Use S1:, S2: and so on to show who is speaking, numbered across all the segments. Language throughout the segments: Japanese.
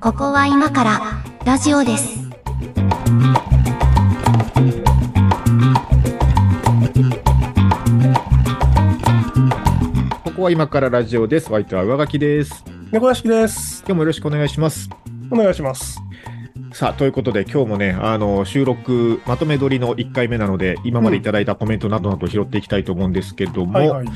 S1: 報は今からラジオです。
S2: ここは今からラジオです。ワイトは上書きです。
S3: 猫屋敷です。
S2: 今日もよろしくお願いします。
S3: お願いします。
S2: さあ、ということで今日もね、あの、収録まとめ撮りの1回目なので、今までいただいたコメントなどなど拾っていきたいと思うんですけども、
S3: はいはい。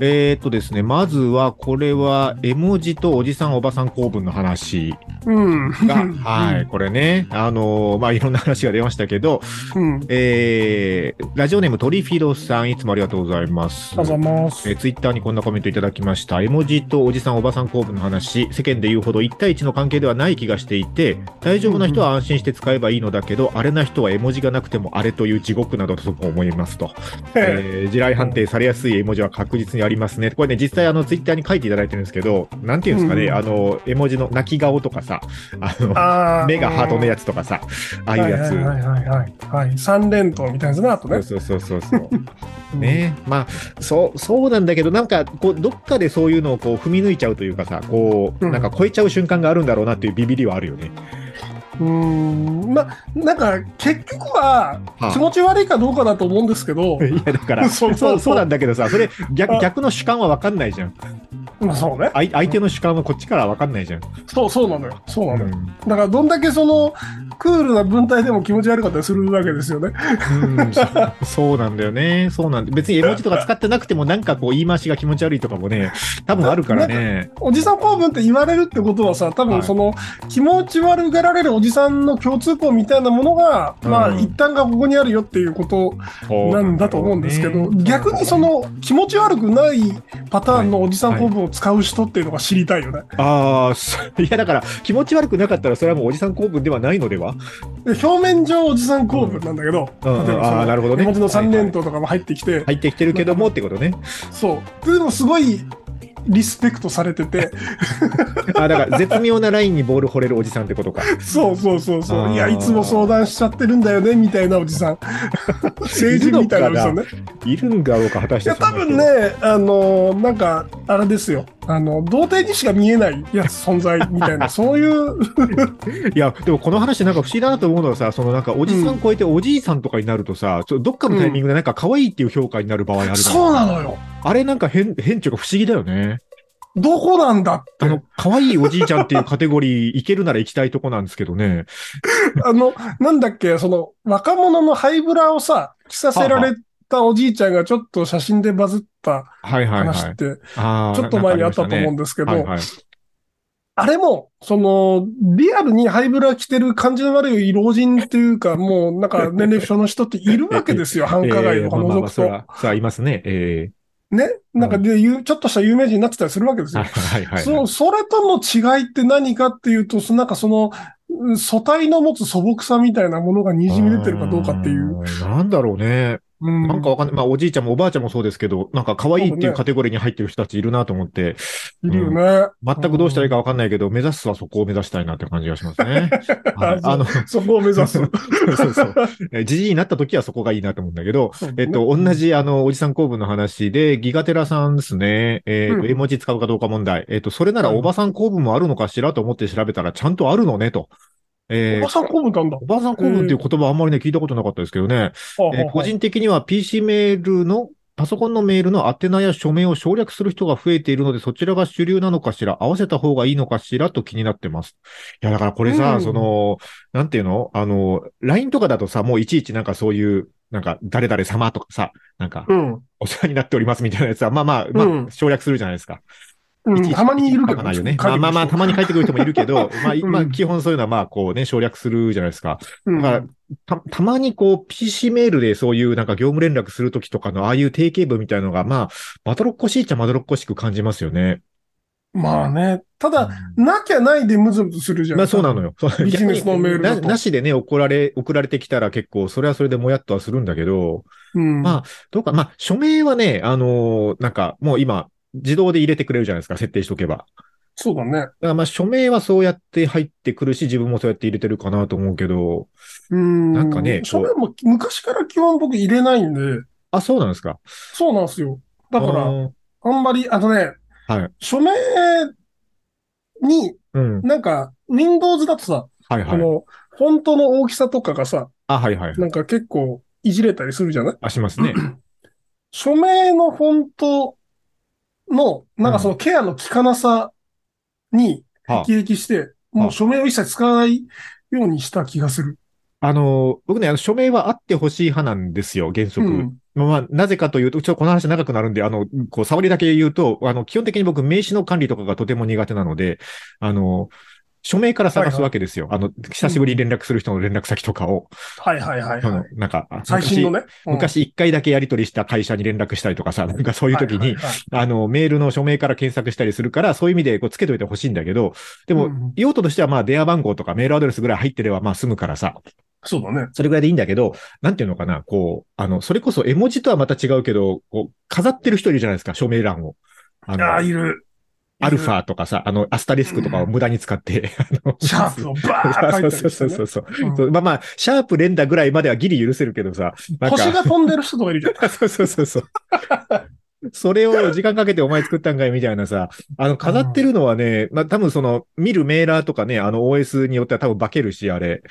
S2: えーっとですね、まずはこれは絵文字とおじさんおばさん構文の話
S3: うん。
S2: が、はい、これね、あのまあ、いろんな話が出ましたけど、
S3: うん。ありが
S2: えー、ラジオネームトリフィロさん、いつもありがとうございます。
S3: とうございます。
S2: えーツイッターにこんなコメントいただきました。絵文字とおじさん、おばさん構文の話、世間で言うほど1対1の関係ではない気がしていて、大丈夫な人は安心して使えばいいのだけど、あれな人は絵文字がなくてもあれという地獄などと思いますと。えー地雷判定されやすい絵文字は確実にありますね。これね、実際あのツイッターに書いていただいてるんですけど、なんていうんですかね、
S3: うん
S2: あの、絵文字の泣き顔とかさ、あの、
S3: あ
S2: 目がハートのや
S3: つ。
S2: つとかさ、ああいうやつ。
S3: はいはいはいはい、はい。三連投みたいなやつね、あとね。
S2: そうそうそうそう。ねまあそうそうなんだけどなんかこうどっかでそういうのをこう踏み抜いちゃうというかさこう
S3: うん
S2: なんか超えちゃう瞬間があるんだろうなっていうビビりはあるよね。
S3: うん。うん。ま、なんか、結局は
S2: はあ、
S3: 気持ち悪いかどうかだと思うんですけど、
S2: いやだからそ
S3: そうう
S2: そうなんだけどさそれ逆
S3: あ
S2: 逆の主観は分かんないじゃん
S3: まあそうね。
S2: 相相手の主観はこっちからは分かんないじゃん。
S3: そう、そうなのよ。そうなの
S2: う
S3: よ。
S2: ん
S3: だから、どんだけその、クールな文体でも気持ち悪かったりするわけですよね。
S2: うんそうそうなんだよねそうなんで別に絵文字とか使ってなくてもなんかこう言い回しが気持ち悪いとかもね多分あるからね。
S3: おじさん公文って言われるってことはさ多
S2: はい
S3: 分その気持ち悪がられるおじさんの共通項みたいなものが、
S2: うん
S3: まあ一旦がここにあるよっていうことなんだと思うんですけど、逆にその気持ち悪くないパターンのおじさん公文を使う人っていうのが知りたいよね。
S2: ああそういやだから気持ち悪くなかったらそれはもうおじさん構文ではないのでは
S3: で表面上おじさん公文なんだけど、
S2: うんうん
S3: 例えばその
S2: あーなるほどね
S3: 絵文字の三連投とかも入ってきて、
S2: 入ってきてるけどもってことね。
S3: そうっていうのもすごいリスペクトされてて
S2: あだから絶妙なラインにボール掘れるおじさんってことか。
S3: そうそうそうそ
S2: あー
S3: ういやいつも相談しちゃってるんだよねみたいなお じさん成人みたいなおじさんね。
S2: いるんだろうか、果たし
S3: い
S2: て
S3: や
S2: そんな
S3: 多
S2: 人。
S3: 分ね、あのなんか、あれですよ、あの童貞にしか見えないやつ存在みた いな、そういう、
S2: いや、でもこの話なんか不思議だなと思うのはさ、そのなんかおじさん超えておじいさんとかになるとさ、ちょどっかのタイミングでなんか可愛いっていう評価になる場合あるから、
S3: そうなのよ、
S2: あれなんか変、変っていうか不思議だよね。
S3: どこなんだっ
S2: あ
S3: て、あ
S2: の
S3: の、
S2: 可愛いおじいちゃんっていうカテゴリー、いけるなら行きたいとこなんですけどね。
S3: なんだっけ、その若者のハイブラをさ、着させられたおじいちゃんがちょっと写真でバズった
S2: はいはいは
S3: 話っ
S2: い。
S3: て、
S2: あー
S3: ちょっと前にあったと思うん
S2: で
S3: です
S2: け
S3: けど、
S2: は
S3: あ
S2: いはい、
S3: れも、その、リアルにハイブラ着てる感じの悪い老人ってい うか、もうなんか年齢不詳の人っているわけですよ、繁華街
S2: え
S3: と
S2: ー
S3: か
S2: まあまあ
S3: 覗
S2: まあ
S3: く
S2: そ
S3: と。
S2: れはさあ、いますね。え
S3: ね、なんかで、ゆちょっとした有名人になってたりするわけです
S2: ー、は
S3: よ
S2: い。はいはい。
S3: そう、それとの違いって何かっていうと、そなんかその、うん素体の持つ素朴さみたいなものがにじみ出てるかどうかっていう。
S2: ーん。なんだろうね。
S3: うん
S2: なんかわかんない。まあ、おじいちゃんもおばあちゃんもそうですけど、なんか可愛いっていうカテゴリーに入ってる人たちいるなと思って、
S3: いるよね。
S2: 全くどうしたらいいかわかんないけど、目指すはそこを目指したいなって感じがします ね。はいあの、そ
S3: そこを目指 す。
S2: うそうそう。えじじいになった時はそこがいいなと思うんだけど、
S3: そうね
S2: えっと、同じ、あの、おじさん公文の話で、ギガテラさんですね。えっと、
S3: うん
S2: 絵文字使うかどうか問題。えっと、それならおばさん公文もあるのかしらと思って調べたら、ちゃんとあるのね、と。え ー
S3: おばさんこむたんだ
S2: お。ばさん公文っていう言葉あんまりね、聞いたことなかったですけどね。えー個人的には PC メールの、パソコンのメールの宛名や署名を省略する人が増えているので、そちらが主流なのかしら、合わせた方がいいのかしらと気になってます。いや、だからこれさ、
S3: うん
S2: その、なんていうのあの、LINE とかだとさ、もういちいちなんかそういう、なんか、誰々様とかさ、なんか、
S3: うん。
S2: お世話になっておりますみたいなやつは、まあまあ、ま
S3: う
S2: あ、
S3: ん
S2: 省略するじゃないですか。
S3: う
S2: いち
S3: ん
S2: いち
S3: たまにいるけ
S2: 書
S3: ど
S2: かないよね。まあまあまあ、たまに書いてくる人もいるけど、まあ、いまあ、
S3: うん
S2: 基本そういうのはまあ、こうね、省略するじゃないですか。
S3: うん
S2: だからた、たまにこう、PC メールでそういうなんか業務連絡するときとかの、ああいう定型文みたいのが、まあ、まどろっこしいっちゃまどろっこしく感じますよね。
S3: まあね。ただ、
S2: う
S3: なきゃないでムズムズするじゃ
S2: ん
S3: ん。
S2: まあそうなのよ。そう
S3: ビジネスのメールだと
S2: 逆にななしでね、送られ、送られてきたら結構、それはそれでもやっとはするんだけど、
S3: うん。
S2: まあどうか、まあ、署名はね、あのーなんか、もう今、自動で入れてくれるじゃないですか、設定しとけば。
S3: そうだね。
S2: だからまあ、署名はそうやって入ってくるし、自分もそうやって入れてるかなと思うけど、
S3: うん。
S2: なんかねこう
S3: それも昔から基本僕入れないんで、
S2: あ、そうなんですか。
S3: そうなんですよ。だか
S2: あ
S3: ら、
S2: ー
S3: あんまり、あのね、
S2: はい
S3: 署名に、
S2: ううん。
S3: なんか、Windows だとさ、
S2: はい
S3: こ
S2: はい。
S3: の、フォントの大きさとかがさ、
S2: あ、はいはい。
S3: なんか結構いじれたりするじゃない
S2: あ、しますね。
S3: 署名のフォントの、なんかそのケアの効かなさに
S2: は
S3: 刺激して、もう署名を一切使わないようにした気がする。
S2: あの、僕ね、あの署名はあってほしい派なんですよ、原則。
S3: うん。
S2: まあ、なぜかというと、ちょっとこの話長くなるんで、あの、こう、触りだけ言うと、あの、基本的に僕、名刺の管理とかがとても苦手なので、あの、署名から探すわけですよ。あの、久しぶりに連絡する人の連絡先とかを、
S3: はいはいはい
S2: あ
S3: は
S2: の
S3: い。
S2: なんか、
S3: 最新のね。うん
S2: 昔一回だけやり取りした会社に連絡したりとかさ、なんかそういう時に、
S3: はは
S2: あの、メールの署名から検索したりするから、そういう意味でこうつけといてほしいんだけど、で
S3: はい
S2: も、
S3: うん
S2: 用途としてはまあ電話番号とかメールアドレスぐらい入ってればまあ済むからさ、
S3: そうだね。
S2: それぐらいでいいんだけど、なんていうのかな、こう、あの、それこそ絵文字とはまた違うけど、こう、飾ってる人いるじゃないですか、署名欄を。あ
S3: ああ、
S2: の、
S3: いる。
S2: アルファとかさ、あの、アスタリスクとかを無駄に使って、あの
S3: シャープをバーッ書いた
S2: そう
S3: りして、
S2: そう
S3: ね。
S2: そうそうそう。
S3: うん
S2: そうまあまあ、シャープ連打ぐらいまではギリ許せるけどさ、なん
S3: 星
S2: か、
S3: が飛んでる人とかいるじゃん。
S2: そうそうそうそう。それを時間かけてお前作ったんかいみたいなさ、あの、飾ってるのはね、まあ多分その、見るメーラーとかね、あの OS によっては多分化けるし、あれ。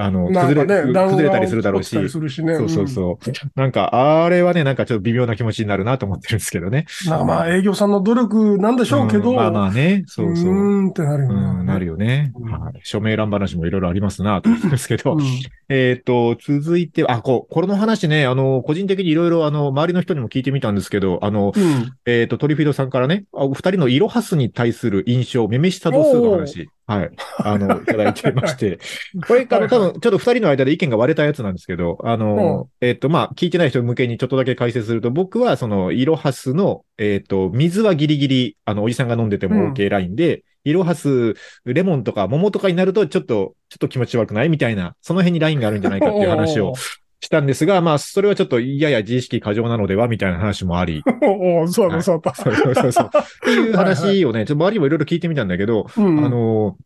S2: あの、
S3: なん
S2: 崩
S3: か
S2: れ、
S3: ね、弾
S2: 崩
S3: 丸
S2: れたりするだろう
S3: 落ちた
S2: し
S3: り。するしね。
S2: そうそうそう。なんか、あれはね、なんかちょっと微妙な気持ちになるなと思ってるんですけどね。
S3: うんなんかまあ営業さんの努力なんでしょうけど、
S2: んまあまあね、そうそうう。
S3: ーんってなるよ
S2: う
S3: ね。
S2: ん、なるよね。
S3: うん
S2: はい。署名欄話もいろいろありますな、と思うんですけど
S3: う。ん
S2: えっと、続いて、あ、こう、これの話ね、あの、個人的にいろいろ、あの、周りの人にも聞いてみたんですけど、あの、
S3: うん。
S2: えっ、と、トリフィードさんからね、あお二人のイロハスに対する印象、めめしさ度数の話、はい、あの、いただいてまして、これ、あ
S3: は
S2: の、
S3: いは
S2: 多分、
S3: い
S2: ちょっと二人の間で意見が割れたやつなんですけど、あの、えっ、と、まあ、聞いてない人向けにちょっとだけ解説すると、僕は、その、イロハスの、えっ、と、水はギリギリ、あの、おじさんが飲んでて
S3: う
S2: も
S3: ん
S2: OK ラインで、イロハス、レモンとか桃とかになると、ちょっと、ちょっと気持ち悪くないみたいな、その辺にラインがあるんじゃないかっていう話をしたんですが、まあ、それはちょっと、やや自意識過剰なのでは、みたいな話もあり、
S3: おー。おーそうだ
S2: は
S3: ね、
S2: い
S3: そうだ
S2: そうそうそう そう。っていう話をね、ちょっと周りにもいろいろ聞いてみたんだけど、
S3: うん
S2: あのー、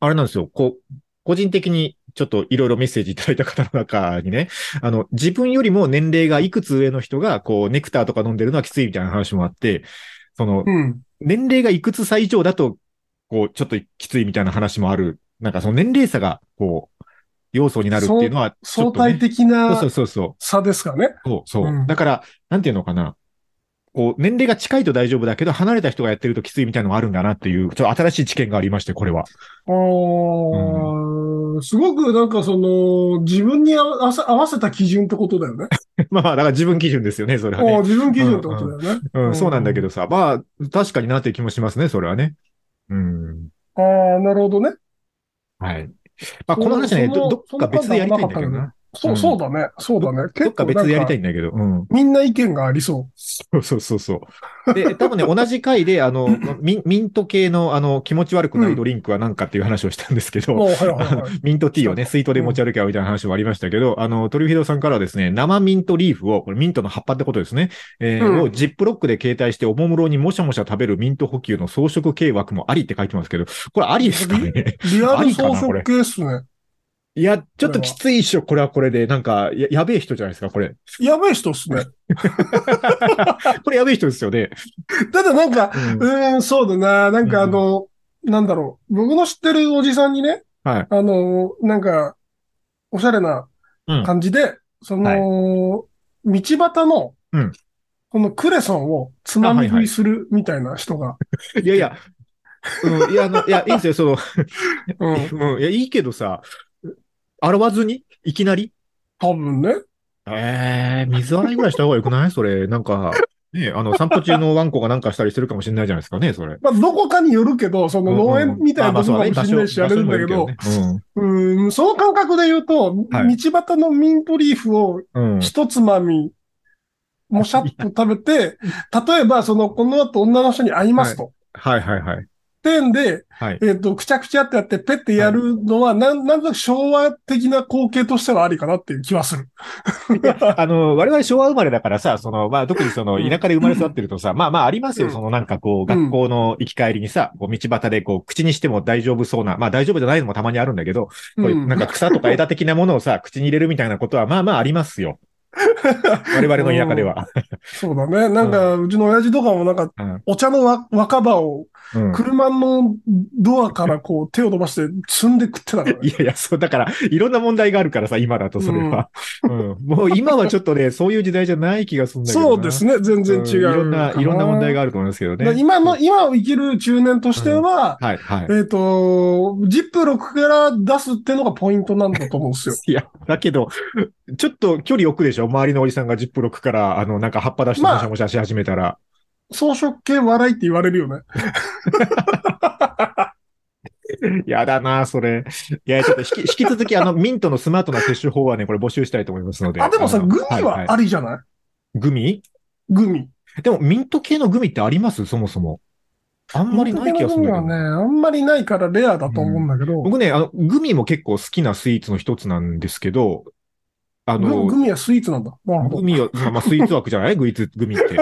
S2: あれなんですよ、こう、個人的にちょっといろいろメッセージいただいた方の中にね、あの、自分よりも年齢がいくつ上の人が、こう、ネクターとか飲んでるのはきついみたいな話もあって、その、
S3: うん。
S2: 年齢がいくつ歳以上だと、こう、ちょっときついみたいな話もある。なんかその年齢差が、こう、要素になるっていうのは、ちょ
S3: 相
S2: っとね
S3: 対的
S2: そう
S3: な
S2: そうそうそう。
S3: 差ですかね。
S2: そうそう。
S3: うん
S2: だから、なんていうのかな。こう、年齢が近いと大丈夫だけど、離れた人がやってるときついみたいなのがあるんだなっていう、ちょっと新しい知見がありまして、これは。
S3: あーすごくなんかその、自分に合わせ合わせた基準ってことだよね。
S2: まあ、だから自分基準ですよね、 それは
S3: おー
S2: ね。
S3: 自分基準ってことだよね。
S2: うん、そうなんだけどさ。まあ、確かになっていう気もしますね、それはね。うん。
S3: ああ、なるほどね。
S2: はい。まあ、この話ね、
S3: その
S2: どどっか別でやりたいんだけどな。
S3: そうう、
S2: ん
S3: そうだね。そうだね。
S2: どっ
S3: 結
S2: か
S3: 構
S2: 別でやりた
S3: い。
S2: いんだけど。うん。
S3: みんな意見がありそ
S2: そうそうそうそう。で、多分ね、同じ回で、あ の、ミンミント系の、あの、気持ち悪くないドリンクは何かっていう話をしたんですけど
S3: う。、おーはいはいはい。
S2: ミントティーをね、スイートで持ち歩きゃみたいな話もありましたけど、あの、トリフィドさんからはですね、生ミントリーフを、これミントの葉っぱってことですね、えー
S3: うん
S2: をジップロックで携帯しておもむろにもしゃもしゃ食べるミント補給の装飾計画もありって書いてますけど、これありですかね
S3: リア
S2: あ
S3: ル
S2: りかな
S3: 装飾系っすね。
S2: いや、ちょっときついっしょ、これはこれで。なんか、や、やべえ人じゃないですか、 これ。
S3: やべえ人っすね。
S2: これやべえ人ですよね。
S3: ただなんか、
S2: うん
S3: うーん、そうだな。なんかあの、なんだろう。僕の知ってるおじさんにね、
S2: はい
S3: あの、なんか、おしゃれな
S2: うん
S3: 感じで、その、道端の、
S2: うん
S3: このクレソンをつまみ食いするみたいな人 が。
S2: いやいや、うん、いや、あの、いや、いいんですよ、その、
S3: うん。
S2: うん、いや、いいけどさ、洗わずにいきなり
S3: 多分ね。
S2: ええ水洗いぐらいした方がよくないそれ、なんか、ね、あの、散歩中のワンコがなんかしたりしてるかもしれないじゃないですかね、それ。
S3: まあ、どこかによるけど、その農園みたいなとこかもしれないし、あれなんだけど、うん、その感覚で言うと、
S2: はい
S3: 道端のミントリーフを
S2: うん。うん。
S3: 一つまみ、もしゃっと食べて、例えば、その、この後女の人に会いますと。
S2: はいはいはい。
S3: てんで、
S2: はい。
S3: えっ、と、くちゃくちゃってやって、ペッてやるのは、なん、なんとなく昭和的な光景としてはありかなっていう気はする。
S2: あの、我々昭和生まれだからさ、その、まあ、特にその、
S3: うん
S2: 田舎で生まれ育ってるとさ、まあまあありますよ、
S3: うん
S2: そのなんかこう、
S3: うん
S2: 学校の行き帰りにさ、こう道端でこう、口にしても大丈夫そうな、まあ大丈夫じゃないのも たまにあるんだけど、こういうなんか草とか枝的なものをさ、口に入れるみたいなことは、まあまあありますよ。我々の田舎では。
S3: そうだね。なんか、うちの親父とかもなんか、
S2: うん
S3: お茶のわ若葉を
S2: うん
S3: 車のドアからこう手を伸ばして積んで食ってたからね。
S2: いやいや、そう、だから、いろんな問題があるからさ、今だとそれは。うん。もう今はちょっとね、そういう時代じゃない気がするんだけどな。
S3: そうですね。全然違う。
S2: んいろんな、いろんな問題があると思いますけど
S3: だから
S2: ね。
S3: 今の、今を生きる中年としては、
S2: はい、はい。
S3: えっ、と、ジップロックから出すってのがポイントなんだと思う んですよ。
S2: いや、だけど、ちょっと距離置くでしょ周りのおじさんがジップロックから、あの、なんか葉っぱ出して
S3: まあ
S2: もしゃもしゃし始めたら。
S3: 装飾系笑いって言われるよね。
S2: やだな、それ。いや、ちょっと引き、引き続き、あの、ミントのスマートな摂取法はね、これ募集したいと思いますので。
S3: あ、でもさ、
S2: の
S3: グミ
S2: い
S3: はありじゃない、
S2: いグミ
S3: グミ。
S2: でも、ミント系のグミってありますそもそも。あんまりない気がするんだけ
S3: 本当
S2: ど。
S3: にグミはね、あんまりないからレアだと思うんだけど、
S2: 僕ね、あの、グミも結構好きなスイーツの一つなんですけど、あ
S3: グ
S2: の、
S3: グミはスイーツなんだ。なるほ
S2: グ
S3: ど。
S2: ミは、まあ、スイーツ枠じゃないグ イツ、グミって。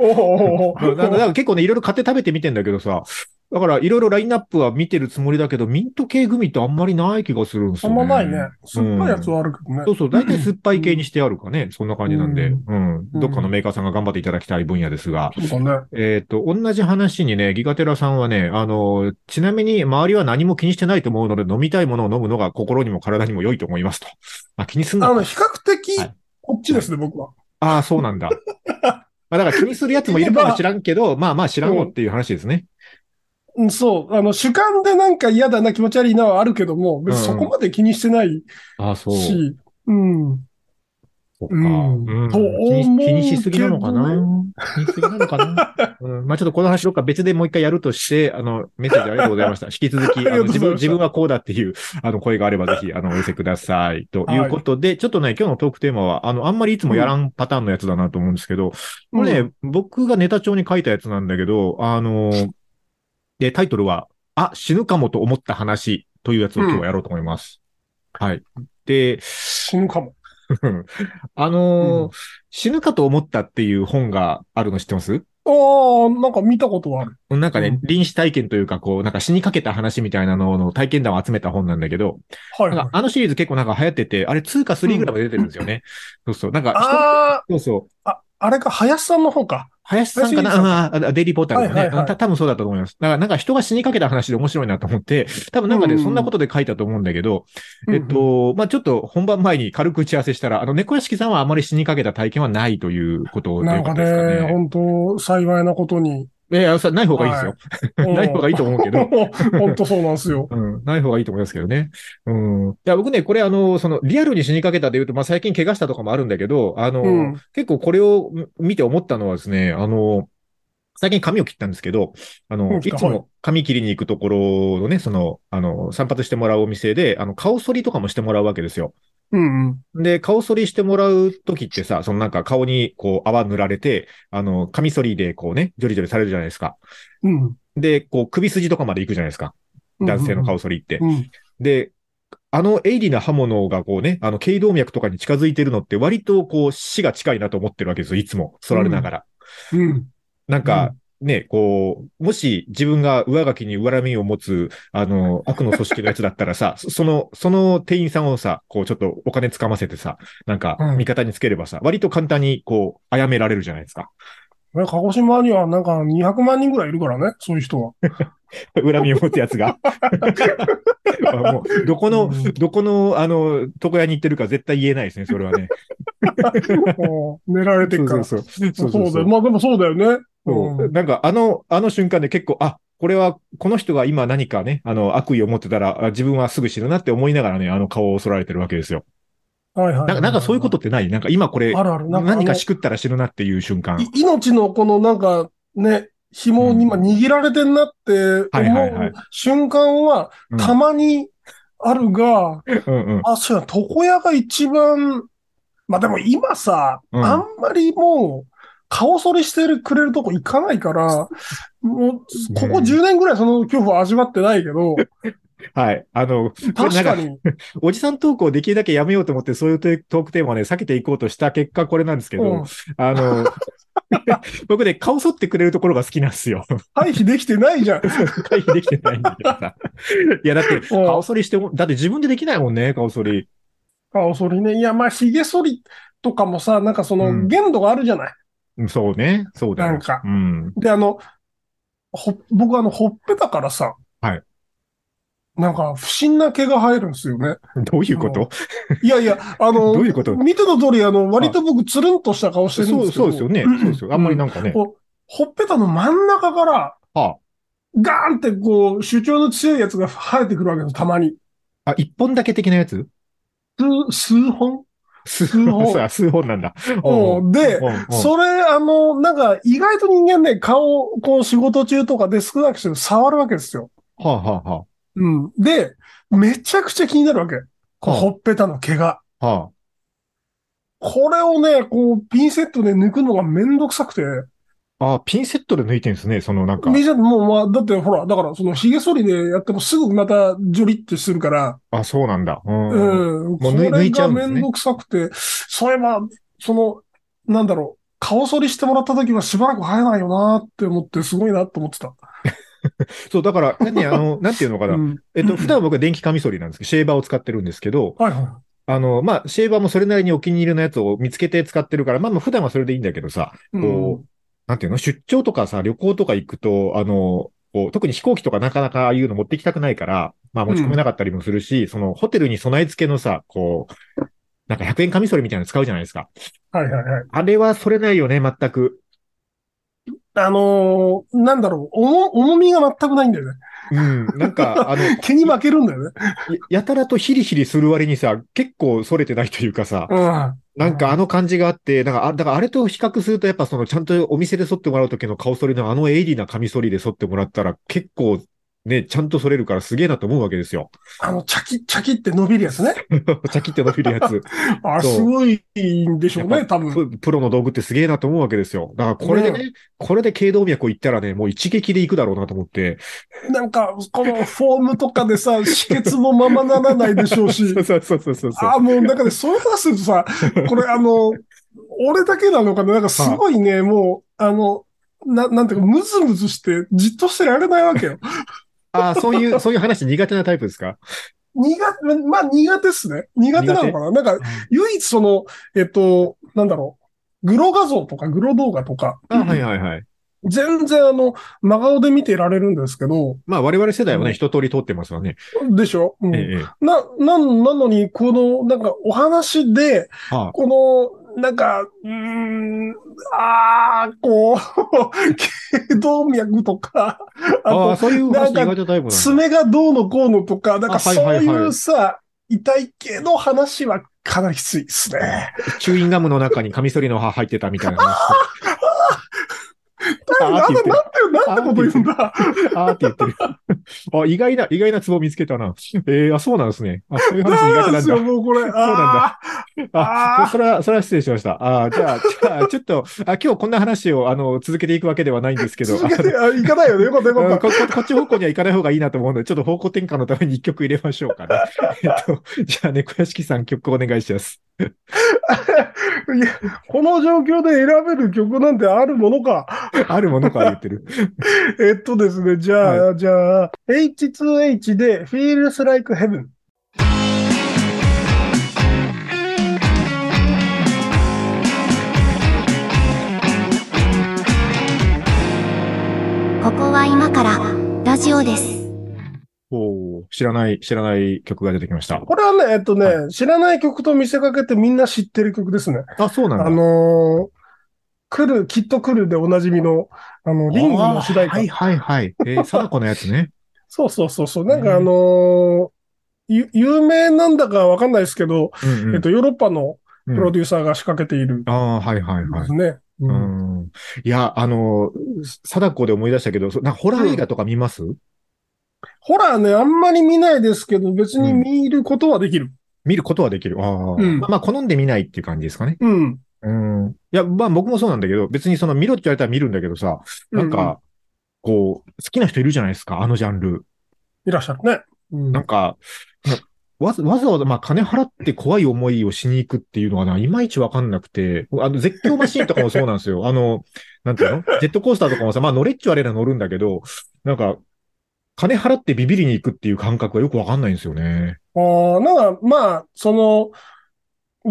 S3: おおおお
S2: うんなんかなんか結構ね、いろいろ買って食べてみてんだけどさ、だからいろいろラインナップは見てるつもりだけど、ミント系グミってあんまりない気がするんです
S3: あ
S2: よ、
S3: ん
S2: ね。
S3: まないね。酸っぱいやつはあるけどね。
S2: そうそう、大体酸っぱい系にしてあるかね、そんな感じなんで、うん、どっかのメーカーさんが頑張っていただきたい分野ですが、
S3: そうだね。
S2: えっ、と、同じ話にね、ギガテラさんはね、あの、ちなみに周りは何も気にしてないと思うので、飲みたいものを飲むのが心にも体にも良いと思いますと。あ、気にすん
S3: あ
S2: な。
S3: の、比較的
S2: はい、
S3: こっちですね、僕は。
S2: ああ、そうなんだ。まあ、だから気にするやつもいるかもしらんけど、まあまあ知らんよっていう話ですね。
S3: うんそう。あの、主観でなんか嫌だな、気持ち悪いなはあるけども、別にそこまで気にしてない
S2: ああ、そう。
S3: し、うん。
S2: そっか。
S3: うん
S2: うん
S3: と
S2: 気に
S3: 思う
S2: 気にしすぎなのかな
S3: け
S2: 気にしすぎなのかな、うん、まあちょっとこの話どっか別でもう一回やるとして、あの、メッセージありがとうございまし た。引き続き、あ
S3: ありがと
S2: の
S3: うござ
S2: 自
S3: いました
S2: 分、自分はこうだっていう、あの、声があればぜひ、あの、お寄せください。ということで、ちょっとね、今日のトークテーマは、あの、あんまりいつもやらんパターンのやつだなと思うんですけど、これね、僕がネタ帳に書いたやつなんだけど、あの、で、タイトルは、あ、死ぬかもと思った話というやつを今日はやろうと思います。はい。で、
S3: 死ぬかも。
S2: うんあのー
S3: うん
S2: 死ぬかと思ったっていう本があるの知ってます
S3: ああ、なんか見たことはある。
S2: なんかね、
S3: うん
S2: 臨死体験というか、こう、なんか死にかけた話みたいなのの体験談を集めた本なんだけど、
S3: はい
S2: なん
S3: はい
S2: か。あのシリーズ結構なんか流行ってて、あれ2か3ぐらいまで出てるんですよね。そうそう。なんか
S3: あ
S2: 人、そうそう。
S3: あ、あ、あれか、林さんの方か。
S2: 林さんかな
S3: 林さん
S2: あああデイリーポータルのね。
S3: はいはいはい
S2: た多分そうだと思います。だからなんか人が死にかけた話で面白いなと思って、多分なんかね、
S3: うん
S2: そんなことで書いたと思うんだけど、
S3: うん
S2: えっ、と、まあ、ちょっと本番前に軽く打ち合わせしたら、あの、猫屋敷さんはあまり死にかけた体験はないということで
S3: な
S2: よ
S3: ん
S2: か
S3: か
S2: ったですかね。
S3: ね、本当幸いなことに。
S2: いやいや、さない方がいいですよ。 ない方がいいと思うけ ど。
S3: 本当そうなんですよ。
S2: うん、ない方がいいと思いますけどね。うん。いや、僕ね、これあの、その、リアルに死にかけたで言うと、まあ、最近怪我したとかもあるんだけど、あの、
S3: うん。
S2: 結構これをん見て思ったのはですね、あの、最近髪を切ったんですけど、あ
S3: う
S2: の、
S3: ん
S2: い
S3: 切った
S2: つ
S3: はい
S2: も髪切りに行くところのね、その、あの、散髪してもらうお店で、あの、顔剃りとかもしてもらうわけですよ。
S3: うんうん。
S2: で、顔剃りしてもらうときってさ、そのなんか顔にこう泡塗られて、あの、カミソリでこうね、ジョリジョリされるじゃないですか。
S3: うん。
S2: で、こう首筋とかまで行くじゃないですか。男性の顔剃りって。
S3: うん。
S2: で、あの鋭利な刃物がこうね、あの、頸動脈とかに近づいてるのって割とこう死が近いなと思ってるわけですよ、いつも。剃られながら。
S3: うん。
S2: なんか、ね、こう、もし自分が上書きに恨みを持つ、あの、悪の組織のやつだったらさ、そ その、その店員さんをさ、こう、ちょっとお金つかませてさ、なんか
S3: う、ん
S2: 味方につければさ、割と簡単に、こう、殺められるじゃないですか。
S3: ね、鹿児島にはなんか200万人ぐらいいるからね、そういう人は。
S2: 恨みを持つやつ が。まあもう、どこの、
S3: うん
S2: どこの、あの、床屋に行ってるか絶対言えないですね、それは ね。
S3: もう寝られて
S2: そ
S3: っ
S2: う
S3: か
S2: そ
S3: ら。
S2: う
S3: そ
S2: そうう。そうそうそう
S3: だよ。まあでもそうだよね。
S2: そう。
S3: ん
S2: なんか、あの、あの瞬間で結構、あ、これは、この人が今何かね、あの、悪意を持ってたら、あ自分はすぐ死ぬなって思いながらね、あの顔を剃られてるわけですよ。
S3: はい
S2: な
S3: はい
S2: んか、なんかそういうことってないなんか今これ、
S3: あるある。なんかあの
S2: 何かしくったら死ぬなっていう瞬間。
S3: い命のこのなんかね、紐に今握られてんなって
S2: はい
S3: 思
S2: はいはいう
S3: 瞬間は
S2: うん
S3: たまにある
S2: うん
S3: が、
S2: うん。
S3: あ、そうや、床屋が一番、まあでも今さ、
S2: うん
S3: あんまりもう、顔剃りしてくれるとこ行かないから、もう、ここ10年ぐらいその恐怖を味わってないけ ど、
S2: はい。あの、これな
S3: 確
S2: ん
S3: かに、
S2: おじさん投稿できるだけやめようと思って、そういうトークテーマをね、避けていこうとした結果、これなんですけど、
S3: うん、
S2: あの、 僕ね、顔剃ってくれるところが好きなんですよ。
S3: 回避できてない じゃん。
S2: 回避できてないんだけどさ。いや、だって、顔剃りしても、だって自分でできないもんね、顔剃り。
S3: 顔剃りね。いや、まあ、髭剃り、とかもさ、なんかそ
S2: うん
S3: の限度があるじゃない。
S2: うんそうね。そうだよ
S3: なんか
S2: うん。
S3: で、あの、ほ、僕あの、ほっぺたからさ、
S2: はい。
S3: なんか、不審な毛が生えるんですよね。
S2: どういうこと
S3: いやい や、あの、
S2: どういうこと
S3: 見ての通り、あの、割と僕、つるんとした顔してるん
S2: そ
S3: で
S2: う
S3: すけど。
S2: そうですよね。そうですよ。あんまりなんかね。
S3: こうほっぺたの真ん中から、
S2: は
S3: ガーンってこう、主張の強いやつが生えてくるわけです、たまに。
S2: あ、あ一本だけ的なやつ
S3: 数、数本
S2: 数
S3: 数本
S2: 本。数本なんだ。
S3: うんで、それ、あの、なんか、意外と人間ね、顔を、こう、仕事中とかで少なくしても触るわけですよ。
S2: うん。はあ、はあは
S3: うん。で、めちゃくちゃ気になるわけ。こう
S2: はあ
S3: ほっぺたの毛が。
S2: あ、は
S3: これをね、こう、ピンセットで抜くのがめんどくさくて。
S2: あ。あ、ピンセットで抜いてんですね。そのなんか。
S3: みんなもう、まあ、だってほら、だから、その、髭剃りでやってもすぐまた、ジョリってするから、
S2: あ、そうなんだ。うん。
S3: うん。
S2: も
S3: こ
S2: う抜い抜
S3: れ
S2: いちゃ
S3: が
S2: うんで
S3: め
S2: すね
S3: んどくさくて、そういえば、その、なんだろう、顔剃りしてもらった時はしばらく生えないよなって思って、すごいなって思ってた。
S2: そう、だから、何、あの、なんていうのかな。
S3: うん
S2: えっと、普段僕は電気カミソリなんですけど、シェーバーを使ってるんですけど、
S3: はいは
S2: あの、まあ、シェーバーもそれなりにお気に入りのやつを見つけて使ってるから、まあまあ、普段はそれでいいんだけどさ、
S3: い。
S2: こう、なんていうの出張とかさ、旅行とか行くと、あの、こう特に飛行機とかなかなかああいうの持ってきたくないから、まあ持ち込めなかったりもするし、そのホテルに備え付けのさ、こう、なんか100円カミソリみたいなの使うじゃないですか。
S3: うんはいはいはい。
S2: あれはそれないよね、全く。
S3: あのーなんだろう、重、重みが全くないんだよね。
S2: うん、なんか、あの、や
S3: 毛に負けるんだよね。
S2: やたらとヒリヒリする割にさ、結構それてないというかさ、
S3: うん。
S2: なんかあの感じがあって、なんかあ、だからあれと比較すると、やっぱそのちゃんとお店で剃ってもらう時の顔剃りのあのエイリーなカミソリで剃ってもらったら結構ね、ちゃんと剃れるからすげえなと思うわけ ですよ。
S3: あの、チャキ、チャキって伸びるやつね。
S2: チャキって伸びるや つ。
S3: あ、
S2: そう
S3: すごいんでしょう
S2: や
S3: ね、
S2: っ
S3: 多分。
S2: ププロの道具ってすげえなと思うわけですよ。だからこれでね、これで頸動脈をいったらね、もう一撃でいくだろうなと思っ て。
S3: なんか、このフォームとかでさ、止血もままならないでしょうし
S2: そ。うそうそうそうそう。
S3: ああ、もうなんかね、そういう話する とさ、これあの、俺だけなのかななんかすごいね、もう、あの、な、なんていうか、ムズムズして、じっとしてられないわ けよ。
S2: ああ、そういう、そういう話苦手なタイプですか
S3: 苦手、まあ苦手っすね。苦手なのかななんか、唯一その、えっと、なんだろう、グロ画像とかグロ動画とか、
S2: あはいはいはい。
S3: 全然あの、真顔で見てられるんですけど、
S2: まあ我々世代は
S3: う
S2: ね、
S3: ん
S2: 一通り通ってますわね。
S3: でしょ、うん
S2: ええええ。
S3: な、なん、なのに、この、なんか、お話で、
S2: は
S3: この、なんか、うーん、あー、こう、 頸動脈とか、
S2: あ、ああ
S3: あ
S2: そういう
S3: な
S2: 話
S3: ん
S2: 苦
S3: か
S2: 手なタイプなん
S3: と、
S2: だ。
S3: 爪がどうのこうのとか、なん
S2: あ
S3: か
S2: はい
S3: そう
S2: はいはい
S3: いうさ、痛い系の話はかなりきついですね。
S2: チューインガムの中にカミソリの刃入ってたみたいな話。
S3: な
S2: あー
S3: ん
S2: って
S3: て
S2: 言ってる
S3: なんて、なんてこと言うんだ。
S2: あーって言ってる。あ、意外な、意外なツボ見つけたな。えー、あ、そうなんですね。あ、そういう話苦
S3: な
S2: 手な
S3: んで
S2: ん
S3: す
S2: だ
S3: よ、。もうこれ。そう
S2: なんだ。あ
S3: あー
S2: そそれは、それは失礼しました。あーじゃあ、じゃあ、ちょっと、あ、今日こんな話を、あの、続けていくわけではないんですけど、
S3: 続けて、あ、いかないよね。よかった、よ
S2: あの
S3: か
S2: うん
S3: っ
S2: こここっち方向には行かない方がいいなと思うので、ちょっと方向転換のために一曲入れましょうか ね。えっと、じゃあ、ね、小屋敷さん曲お願いします。
S3: た。いや、この状況で選べる曲なんてあるものか。
S2: あるものから言ってる。
S3: えっとですね、じゃあ、じゃあ、H2H で Feels Like Heaven。
S1: ここは今からラジオです。
S2: おー知らない、知らない曲が出てきました。
S3: これはね、えっとね、
S2: は
S3: 知らない曲と見せかけてみんな知ってる曲ですね。
S2: あ、そうなんだ。
S3: あのー来る、きっと来るでおなじみの、あの、リングの主題歌。
S2: はいはいはい。えー、貞子のやつね。
S3: そうそうそうそう。なんかあのーゆ有名なんだかわかんないですけど、
S2: うんうん
S3: えっと、ヨーロッパの
S2: う
S3: プ
S2: ん
S3: ロデューサーが仕掛けている
S2: ああ、はいはい
S3: ん
S2: は
S3: で
S2: い
S3: す。ね。
S2: う
S3: うん
S2: ん。いや、あの、貞子で思い出したけど、そなんかホラー映画とか見ます、
S3: ホラーね、あんまり見ないですけど、別に見ることはできる。
S2: 見ることはできる。ああ、
S3: うん
S2: まあ、好んで見ないっていう感じですかね。
S3: うん。
S2: うん。いや、まあ僕もそうなんだけど、別にその見ろって言われたら見るんだけどさ、なん
S3: う
S2: か、こう、好きな人いるじゃないですか、あのジャンル。
S3: いらっしゃるね。うん
S2: なんか、なわざわざわざ、まあ、金払って怖い思いをしに行くっていうのはな、いまいちわかんなくて、あの、絶叫マシーンとかもそうなんです よ。あの、なんていうのジェットコースターとかもさ、まあ、乗れっちゅうあれら乗るんだけど、なんか、金払ってビビりに行くっていう感覚はよくわかんないんですよね。
S3: ああ、なんか、まあ、その、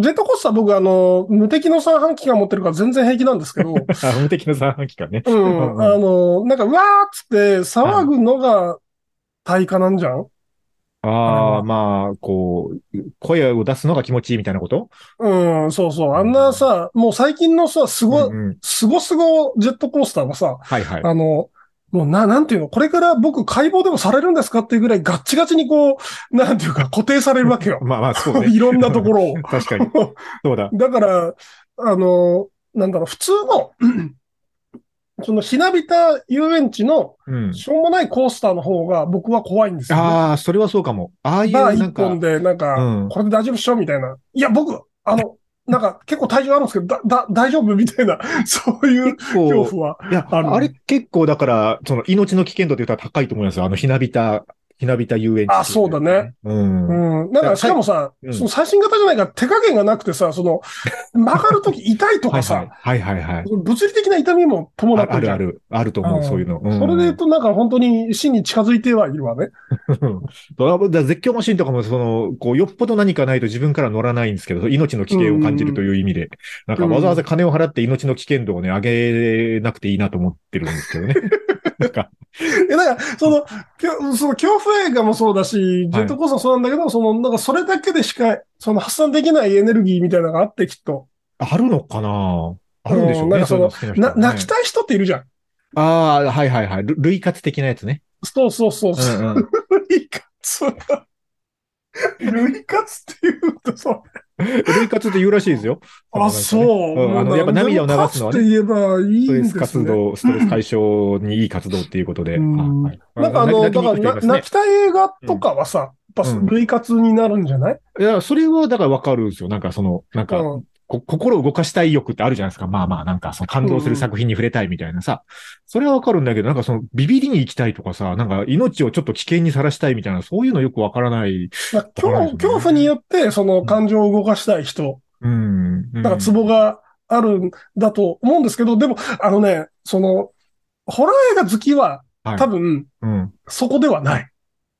S3: ジェットコースター僕あの、無敵の三半規管持ってるから全然平気なんですけど、
S2: あ無敵の三半期間ね。
S3: うん、あの、なんか、うわーっつって騒ぐのが対価なんじゃん、
S2: ああ、まあ、こう、声を出すのが気持ちいいみたいなこと
S3: うん、そうそう。あんなさ、もう最近のさ、すご、
S2: うんうん
S3: すごすごジェットコースターはさ、
S2: はいはい。。
S3: あの、もうな、なんていうの、これから僕解剖でもされるんですかっていうぐらいガッチガチにこう、なんていうか固定されるわけよ
S2: まあまあ、 そうね。
S3: いろんなところを。
S2: 確かに。そうだ。
S3: だから、あの、なんだろう、普通の、 その、ひなびた遊園地の、
S2: うん。
S3: しょうもないコースターの方が僕は怖いんですよ、ね。
S2: ああ、それはそうかも。ああいう、
S3: バー
S2: なん
S3: 一
S2: か
S3: 本、で、なんか、
S2: うん
S3: これで大丈夫っしょみたいな。いや、僕、あの、なんか結構体重あるんですけど、だ、だ、大丈夫みたいな、 そういう
S2: 結
S3: 恐
S2: 構、
S3: 怖は。
S2: いや、
S3: あの
S2: あれ結構だから、その命の危険度というと高いと思いますよ。あの、ひなびた、ひなびた遊園地。
S3: あそうだね。
S2: うん。
S3: うん。なんか、しかもさ、
S2: うん
S3: その最新型じゃないから手加減がなくてさ、その、 曲がるとき痛いと
S2: はい
S3: かさ、
S2: はい。はいはいはい。
S3: その物理的な痛みも伴
S2: あ
S3: って
S2: あ
S3: るじ
S2: る
S3: ゃん
S2: ある。あると思
S3: う
S2: う、
S3: ん
S2: そういうの。うん
S3: それで言うと、なんか本当に死に近づいてはいるわね。
S2: うんドラだ絶叫マシンとかも、その、こう、よっぽど何かないと自分から乗らないんですけど、命の危険を感じるという意味で、なんかわざわざ金を払って命の危険度をね、上げなくていいなと思ってるんですけどね。なんか、
S3: え、だから、その、きょ その恐怖映画もそうだし、ジェットコースターもそうなんだけど、その、なんかそれだけでしか、その発散できないエネルギーみたいなのがあって、きっと。
S2: あるのかなあるんでしょう
S3: うんな
S2: ね。
S3: んかそ
S2: うい
S3: の
S2: うの好きな人は
S3: な、
S2: ね
S3: 泣きたい人っているじゃん。
S2: ああ、はいはいはい。る類活的なやつね。
S3: そうそうそう
S2: う
S3: そう。
S2: んうん。
S3: 類活。類活って言うとさ、
S2: 類活って言うらしいですよ。
S3: あ、そう。
S2: うんあのやっぱ涙を流すのはね
S3: って言えばいい
S2: ストレ
S3: ん
S2: ス
S3: です
S2: 活
S3: ね。
S2: 動、ストレス解消にいい活動っていうことで。
S3: うん
S2: あはい
S3: なんかあの、
S2: 泣
S3: だ
S2: きに行く人
S3: か
S2: い
S3: ら
S2: ま
S3: な
S2: すね
S3: 泣きたい映画とかはさ、やっぱ
S2: うん
S3: 類活になるんじゃない
S2: いや、それはだからわかるんですよ。なんかその、なんか、
S3: うん
S2: こ心を動かしたい欲ってあるじゃないですか。まあまあ、なんかその感動する作品に触れたいみたいなさ。それはわかるんだけど、なんかそのビビりに行きたいとかさ、なんか命をちょっと危険にさらしたいみたいな、そういうのよくわからない。
S3: だから
S2: わからないです
S3: 恐
S2: ね
S3: 恐怖によって、その感情を動かしたい人
S2: うん。うん
S3: なんかツボがあるんだと思うんですけど、でも、あのね、その、ホラー映画好きは
S2: はい、
S3: 多分、
S2: うん。
S3: そこではない。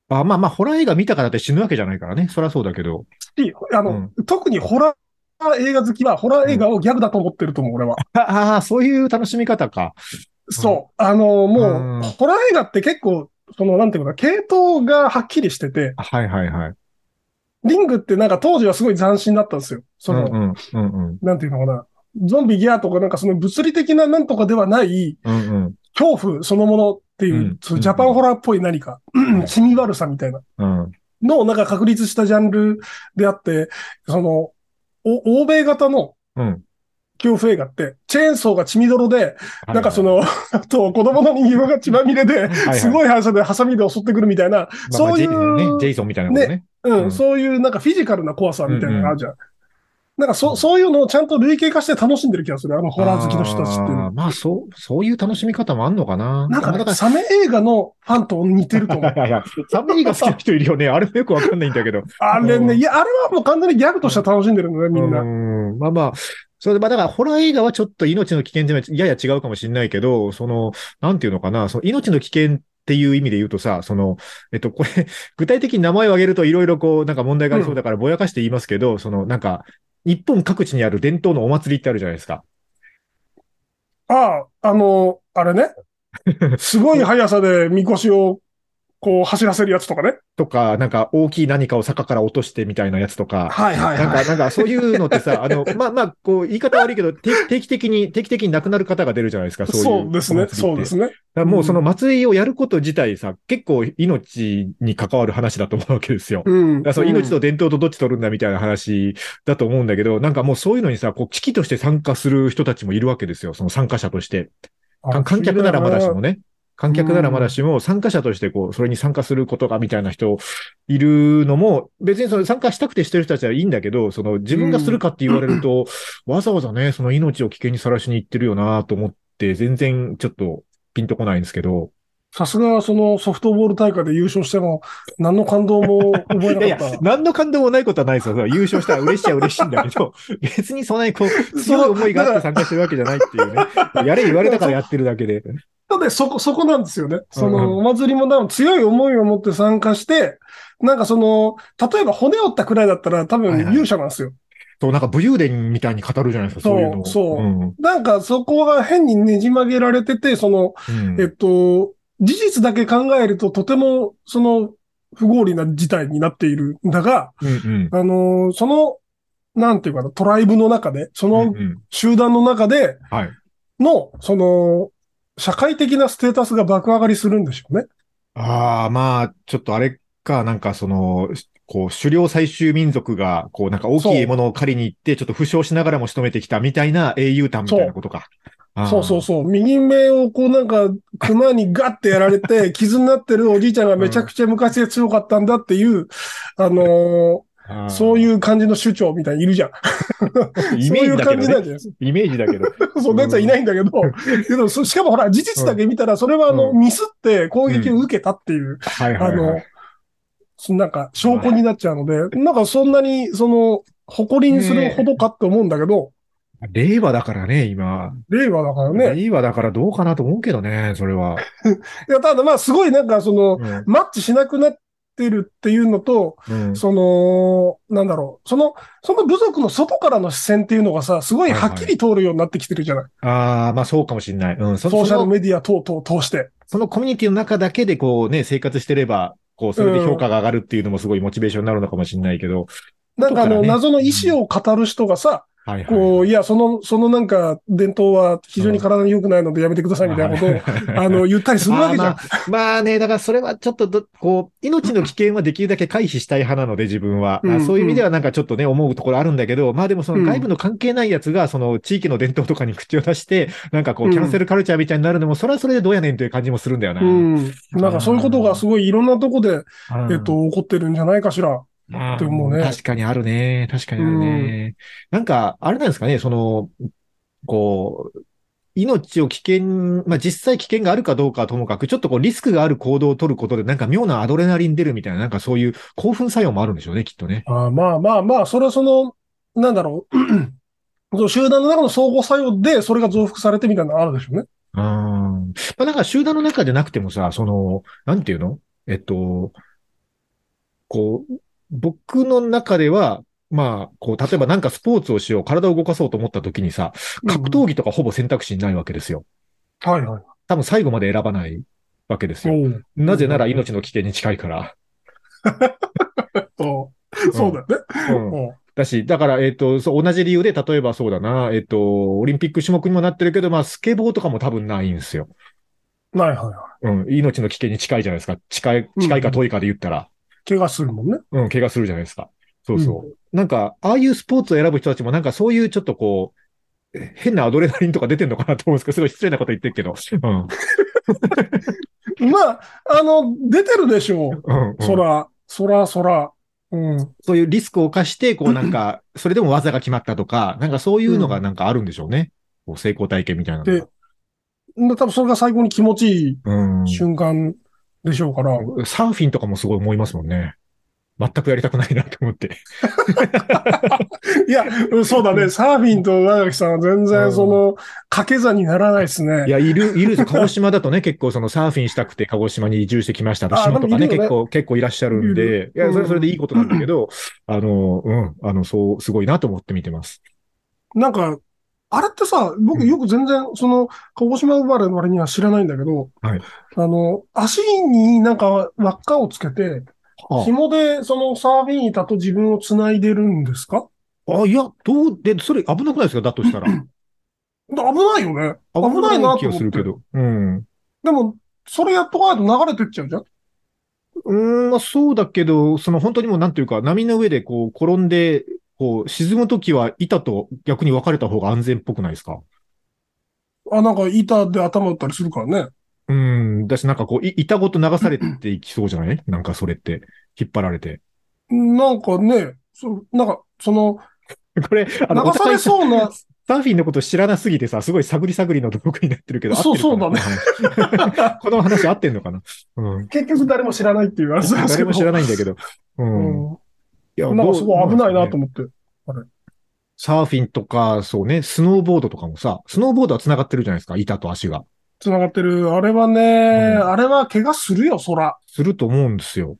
S2: あまあまあ、ホラー映画見たからって死ぬわけじゃないからね。そりゃそうだけど。
S3: しあの、特にホラー映画好きは、ホラー映画をギャグだと思ってると思う、俺は。
S2: ああ、そういう楽しみ方か。
S3: そう。あの、も
S2: うん
S3: う、ホラー映画って結構、その、なんていうかな、系統がはっきりしてて、
S2: はいはいはい。
S3: リングってなんか当時はすごい斬新だったんですよ。その、
S2: うんうんうんうん
S3: なんていうのかな、ゾンビギャーとかなんかその物理的ななんとかではない、
S2: うん
S3: 恐怖そのものっていう、
S2: うん
S3: そのジャパンホラーっぽい何か、気味悪さみたいな。
S2: うんうん。
S3: の、なんか確立したジャンルであって、その、お欧米型の
S2: うん。
S3: 恐怖映画って、チェーンソーが血みどろで、なんかそ
S2: は
S3: の、 あと子供の人形が血まみれで、
S2: いはい、
S3: す
S2: い、
S3: ごい反射でハサミで襲ってくるみたいな、
S2: まあまあ
S3: そうい
S2: ジェ
S3: う
S2: イソンねジェイソンみたいなことね。
S3: うん、
S2: うん
S3: そういうなんかフィジカルな怖さみたいなのがあるじゃん。なんかそ、そういうのをちゃんと類型化して楽しんでる気がする、あのホラー好きの人たちっていう
S2: あ
S3: の
S2: ー
S3: は。
S2: まあ、そう、そういう楽しみ方もあんのかな。
S3: なんか
S2: だ
S3: ね、サメ映画のファンと似てると思う
S2: い。やいや、 サメが好きな人いるよね。あれもよくわかんないんだけど。
S3: あれね、いや、あれはもう完全にギャグとして楽しんでるのね、みんな。
S2: うん。まあまあ、それで、まあだから、ホラー映画はちょっと命の危険じゃやや違うかもしれないけど、その、なんていうのかな、その命の危険っていう意味で言うとさ、その、えっと、これ、 具体的に名前を挙げるといろいろこう、なんか問題がありそうだからぼやかして言いますけど、その、なんか、日本各地にある伝統のお祭りってあるじゃないですか。
S3: ああ、あの、あれね。すごい速さでみこしをこう走らせるやつとかね。
S2: とか、なんか大きい何かを坂から落としてみたいなやつとか、
S3: はいは
S2: なんか、なんか、そういうのってさ、あの、まあまあ、こう、言い方悪いけど、定定期的に、定期的に亡くなる方が出るじゃないですか、そういう。。
S3: そうですね。そうですすね。
S2: だからもうその祭りをやること自体さ、結構命に関わる話だと思うわけですよ。
S3: うん
S2: だからその命と伝統とどっち取るんだみたいな話だと思うんだけど、なんかもうそういうのにさ、こう、危機として参加する人たちもいるわけですよ、その参加者として。か観客ならまだしも。ね。観客ならまだしも、参加者としてこう、それに参加することがみたいな人いるのも、別にその参加したくてしてる人たちはいいんだけど、その自分がするかって言われると、 わざわざね、その命を危険にさらしに行ってるよなと思って、全然ちょっとピンとこないんですけど。
S3: さすがそのソフトボール大会で優勝しても何の感動も覚え
S2: いやい
S3: な
S2: や
S3: かっ、た。
S2: 何の感動もないことはないですよ。それは優勝したら嬉しいは嬉しいんだけど、 別にそんなにこう、強い思いがあって参加してるわけじゃないっていうね。やれ言われたからやってるだけで。
S3: ただそこ、そこなんですよね。そ
S2: うんうん
S3: の、お祭りも多分強い思いを持って参加して、なんかその、例えば骨折ったくらいだったら多
S2: はいはい
S3: 分勇者なんですよ。
S2: そう、なんか武勇伝みたいに語るじゃないですか、そういうのを。
S3: そうそ
S2: ん
S3: なんかそこが変にねじ曲げられてて、その、
S2: うん
S3: えっと、事実だけ考えるととても、その、不合理な事態になっているんだが、
S2: うんうん
S3: あのーその、なんていうかな、トライブの中で、そ
S2: うん
S3: の
S2: うん
S3: 集団の中で
S2: はい。
S3: の、その、社会的なステータスが爆上がりするんでしょうね。
S2: ああ、まあ、ちょっとあれか、なんかその、こう、狩猟採集民族が、こう、なんか大きい獲物を狩りに行って、ちょっと負傷しながらも仕留めてきたみたいな英雄譚みたいなことか。あー
S3: そうそうそう。右目をこうなんか、熊にガッてやら れて、傷になってるおじいちゃんがめちゃくちゃ昔で強かったんだっていう、あの
S2: あ
S3: ー
S2: ー
S3: そういう感じの主張みたいにいるじゃん。
S2: イメー
S3: そうい
S2: ジだ
S3: う
S2: け
S3: 感
S2: ど
S3: じな
S2: ね。
S3: んじゃないですか。
S2: イメージだけど。
S3: そんなやつはいないんだけど、けどそしかもほら、事実だけ見たら、それはあの、
S2: うん
S3: ミスって攻撃を受けたっていう、
S2: はいは
S3: あ
S2: いは
S3: の
S2: い。、
S3: そのなんか、証拠になっちゃうので、なんかそんなに、その、誇りにするほどかって思うんだけど、
S2: 令和だからね、今。
S3: 令和だからね。
S2: 令和だからどうかなと思うけどね、それは。
S3: いや、ただまあ、すごいなんか、その、
S2: うん
S3: マッチしなくなってるっていうのと、
S2: うん
S3: その、なんだろう、その、その部族の外からの視線っていうのがさ、すごいはっきり通るようになってきてるじゃない。
S2: ああ、まあそうかもしれない。うん、そ
S3: ソーシャ
S2: そ
S3: ル
S2: の
S3: メディア等々を通して。
S2: そのコミュニティの中だけでこうね、生活してれば、こう、それで評価が上がるっていうのもすごいモチベーションになるのかもしれないけど。
S3: なんかあ
S2: 外から
S3: の、
S2: ね
S3: 謎の意思を語る人がさ、
S2: はいはい。
S3: こう、いや、その、そのなんか、伝統は非常に体に良くないのでやめてくださいみたいなことを、 あ の、言ったりするわけじゃん
S2: あ。ーまあまあね、だからそれはちょっとど、こう、命の危険はできるだけ回避したい派なので、自分は。
S3: うん
S2: あそういう意味ではなんかちょっとね、思うところあるんだけど、まあでもその外部の関係ないやつが、その地域の伝統とかに口を出して、なんかこ
S3: う
S2: う、
S3: ん
S2: キャンセルカルチャーみたいになるのも、それはそれでどうやねんという感じもするんだよな。
S3: うん。なんかそういうことがすごいいろんなとこで、えっと、起こってるんじゃないかしら。
S2: あー
S3: って思うね
S2: 確かにあるね。確かにあるね。なんか、あれなんですかね、その、こう、命を危険、まあ、実際危険があるかどうかはともかく、ちょっとこうリスクがある行動を取ることで、なんか妙なアドレナリン出るみたいな、なんかそういう興奮作用もあるんでしょうね、きっとね。
S3: あーまあまあまあ、それはその、なんだろう。 その集団の中の相互作用で、それが増幅されてみたいなのあるでしょうね。
S2: うん。まあ、なんか集団の中でなくてもさ、その、なんていうのえっと、こう、僕の中では、まあ、こう、例えばなんかスポーツをしよう、体を動かそうと思った時にさ、格闘技とかほぼ選択肢にないわけですよ。
S3: うんはいはい。
S2: 多分最後まで選ばないわけですよ。
S3: おう
S2: なぜなら命の危険に近いから。
S3: おうそうだよね。
S2: うん
S3: おう
S2: だし、だから、えっ、と、そう、同じ理由で、例えばそうだな、えっ、と、オリンピック種目にもなってるけど、まあ、スケボーとかも多分ないんですよ。
S3: はいはいはい。
S2: うん、命の危険に近いじゃないですか。近い、近いか遠いかで言ったら、
S3: 怪我するもんね。
S2: うん、怪我するじゃないですか。そうそう。なんか、ああいうスポーツを選ぶ人たちも、なんかそういうちょっとこう、え変なアドレナリンとか出てんのかなと思うんですけど、すごい失礼なこと言ってるけど。うん。
S3: まあ、あの、出てるでしょう。
S2: うん、うん。
S3: そら、そら、そら。うん。
S2: そういうリスクを犯して、こうなん か、それでも技が決まったとか、なんかそういうのがなんかあるんでしょうね。こう成功体験みたいなの
S3: で
S2: が。
S3: 多分それが最高に気持ちい
S2: うん
S3: い。瞬間でしょうから。
S2: サーフィンとかもすごい思いますもんね。全くやりたくないなと思って。
S3: いや、うんそうだね。サーフィンと長木さんは全
S2: うん
S3: 然その、掛け算にならないです
S2: い
S3: ね。
S2: や、いる、いるんで すよ鹿児島だとね、結構そのサーフィンしたくて鹿児島に移住してきました。
S3: あ
S2: 島とかね、
S3: でもいるよね
S2: 結構、結構いらっしゃるん
S3: い
S2: で、い
S3: よ
S2: や、それはそれでいいことなんだけど、あの、うん、あの、そう、すごいなと思って見てます。
S3: なんか、あれってさ、僕よく全然、その、鹿児島生まれの割には知らないんだけど、
S2: はい
S3: あの、足になんか輪っかをつけて、
S2: あ
S3: 紐でそのサーフィン板と自分を繋いでるんですか
S2: あ、いや、どう、で、それ危なくないですかだとしたら。
S3: 危ないよね。危ないなと思って
S2: 気がするけど。うん。
S3: でも、それやっとかないと流れてっちゃうじゃん
S2: うーん、まあそうだけど、その本当にもうなんていうか、波の上でこう転んで、こう沈むときは板と逆に分かれた方が安全っぽくないですか
S3: あ、なんか板で頭打ったりするからね。
S2: うーん、だしなんかこう、い板ごと流されていきそうじゃないなんかそれって、引っ張られて。
S3: なんかね、そなんか、その、
S2: これ、あ
S3: 流
S2: の、お
S3: さ
S2: 互
S3: れ
S2: いさ
S3: そうな、
S2: サーフィンのこと知らなすぎてさ、すごい探り探りの道具になってるけど、
S3: そう
S2: 合ってるかなこの話 この話合ってんのかな うん。
S3: 結局誰も知らないっていうあれなんです
S2: 誰
S3: けど。
S2: も知らないんだけど。うん。いや
S3: うん。なんかすごい危ないなと
S2: 思
S3: 思って。
S2: サーフィンとか、そうね、スノーボードとかもさ、スノーボードは繋がってるじゃないですか、板と足が。
S3: 繋がってる。あれはね、
S2: ん
S3: あれは怪我するよ、そら。
S2: すると思うんですよ。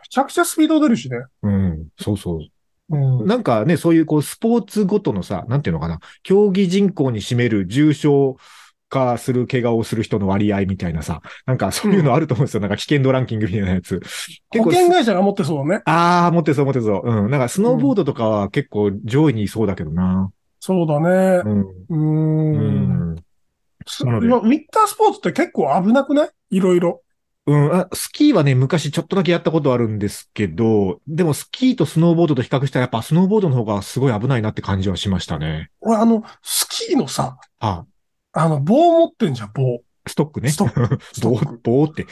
S3: めちゃくちゃスピード出るしね。
S2: うん、そうそう。
S3: うん
S2: なんかね、そういうこうスポーツごとのさ、なんていうのかな、競技人口に占める重症化する怪我をする人の割合みたいなさ、なんかそういうのあると思うんですよ。なんか危険度ランキングみたいなやつ。結
S3: 保
S2: 構
S3: 険会社が持ってそうだね。
S2: ああ、持ってそう持ってそう。うん。なんかスノーボードとかは結構上位にいそうだけどな。
S3: そうだね
S2: う。ん。
S3: う
S2: う
S3: ー。
S2: んん。
S3: す
S2: なので
S3: いやウィンタースポーツって結構危なくないいろいろ。
S2: うん、あスキーはね、昔ちょっとだけやったことあるんですけど、でもスキーとスノーボードと比較したらやっぱスノーボードの方がすごい危ないなって感じはしましたね。
S3: 俺、あの、スキーのさ、
S2: あ、
S3: あの、棒持ってんじゃん、棒。
S2: ストックね。
S3: スト ック。スト
S2: 棒
S3: ック、
S2: 棒って。うん。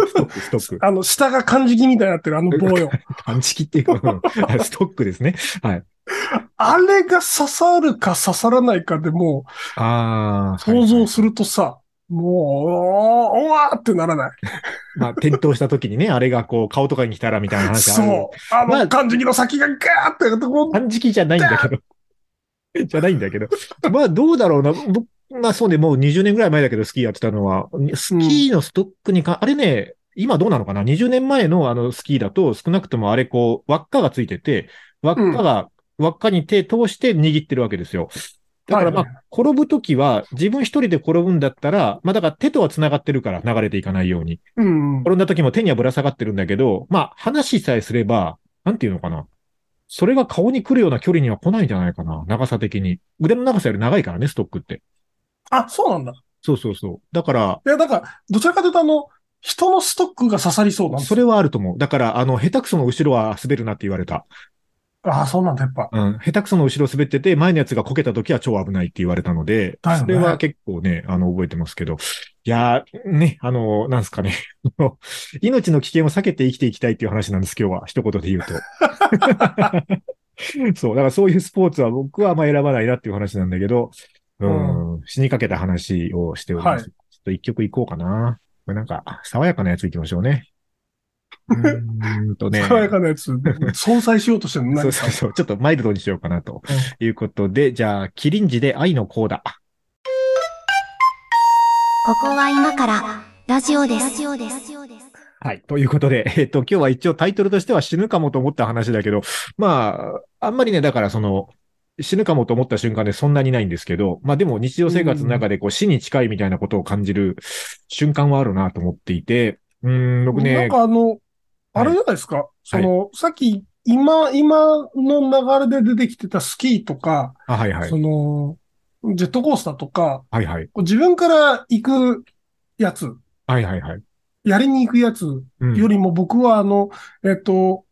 S2: ストック、ス トック。
S3: あの、下が漢字木みたいになってる、あの棒よ。
S2: パンチキっていうか、うんはいストックですね。はい。
S3: あれが刺さるか刺さらないかでも
S2: ああ。
S3: う、想
S2: はいは
S3: 像
S2: い
S3: するとさ、もう、おーおわーってならない。
S2: まあ、転倒した時にね、あれがこう、顔とかに来たらみたいな話ある。
S3: そう。あ
S2: まあ
S3: の、漢字木の先がガーってやるとこ
S2: 断食じゃないんだけど。 じゃないんだけど。まあどうだろうな。僕まあそうね、もう20年ぐらい前だけどスキーやってたのは、スキーのストックにか、あれね、今どうなのかな ?20 年前のあのスキーだと少なくともあれこう、輪っかがついてて、輪っかが、輪っかに手通して握ってるわけですよ。だからまあ
S3: はい、
S2: 転ぶときは自分一人で転ぶんだったら、まあだから手とは繋がってるから流れていかないように。
S3: うん。
S2: 転んだ時も手にはぶら下がってるんだけど、まあ、話さえすれば、なんていうのかな。それが顔に来るような距離には来ないんじゃないかな。長さ的に。腕の長さより長いからね、ストックって。
S3: あ、そうなんだ。
S2: そうそうそう。だから、
S3: いや、だから、どちらかというとあの、人のストックが刺さりそうなんです
S2: そ
S3: よ
S2: れはあると思う。だから、あの、下手くその後ろは滑るなって言われた。
S3: ああ、そうなんだ、やっぱ。
S2: うん。下手くその後ろ滑ってて、前のやつがこけた時は超危ないって言われたので、
S3: だよね
S2: それは結構ね、あの、覚えてますけど。いやー、ね、あの、なんすかね。あの命の危険を避けて生きていきたいっていう話なんです、今日は。一言で 言うと。そう、だからそういうスポーツは僕はあんま選ばないなっていう話なんだけど、うん、死にかけた話をしております。
S3: は
S2: ちょっと一曲いこうかな。これなんか、爽やかなやついきましょう ね。うーんとね。
S3: 爽やかなや つ、相殺しようとしてるの
S2: そ
S3: 何
S2: うそうそう。ちょっとマイルドにしようかなと
S3: う
S2: いうことで、じゃあ、キリンジで愛のコーダ。
S1: ここは今からラジオです。ラジオです。
S2: はい。ということで、え っと、今日は一応タイトルとしては死ぬかもと思った話だけど、まあ、あんまりね、だからその、死ぬかもと思った瞬間でそんなにないんですけど、まあでも日常生活の中でこう死に近いみたいなことを感じる瞬間はあるなと思っていて、うーん、僕
S3: なん
S2: ね、
S3: かあの、あれじゃないですか。その、さっき、今、今の流れで出てきてたスキーとか、
S2: あ、はいはい
S3: そ。の、ジェットコースターとか、
S2: はいはい。
S3: こう自分から行くやつ、
S2: はいはいはい。
S3: やりに行くやつよ
S2: うん
S3: りも僕はあの、えっと、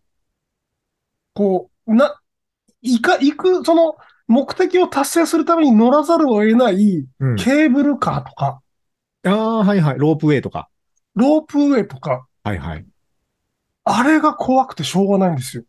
S3: こう、な、行か、行く、その、目的を達成するために乗らざるを得ない
S2: うん、
S3: ケーブルカーとか、
S2: ああ、はいはい。ロープウェイとか。
S3: ロープウェイとか、
S2: はいはい。
S3: あれが怖くてしょうがないんですよ。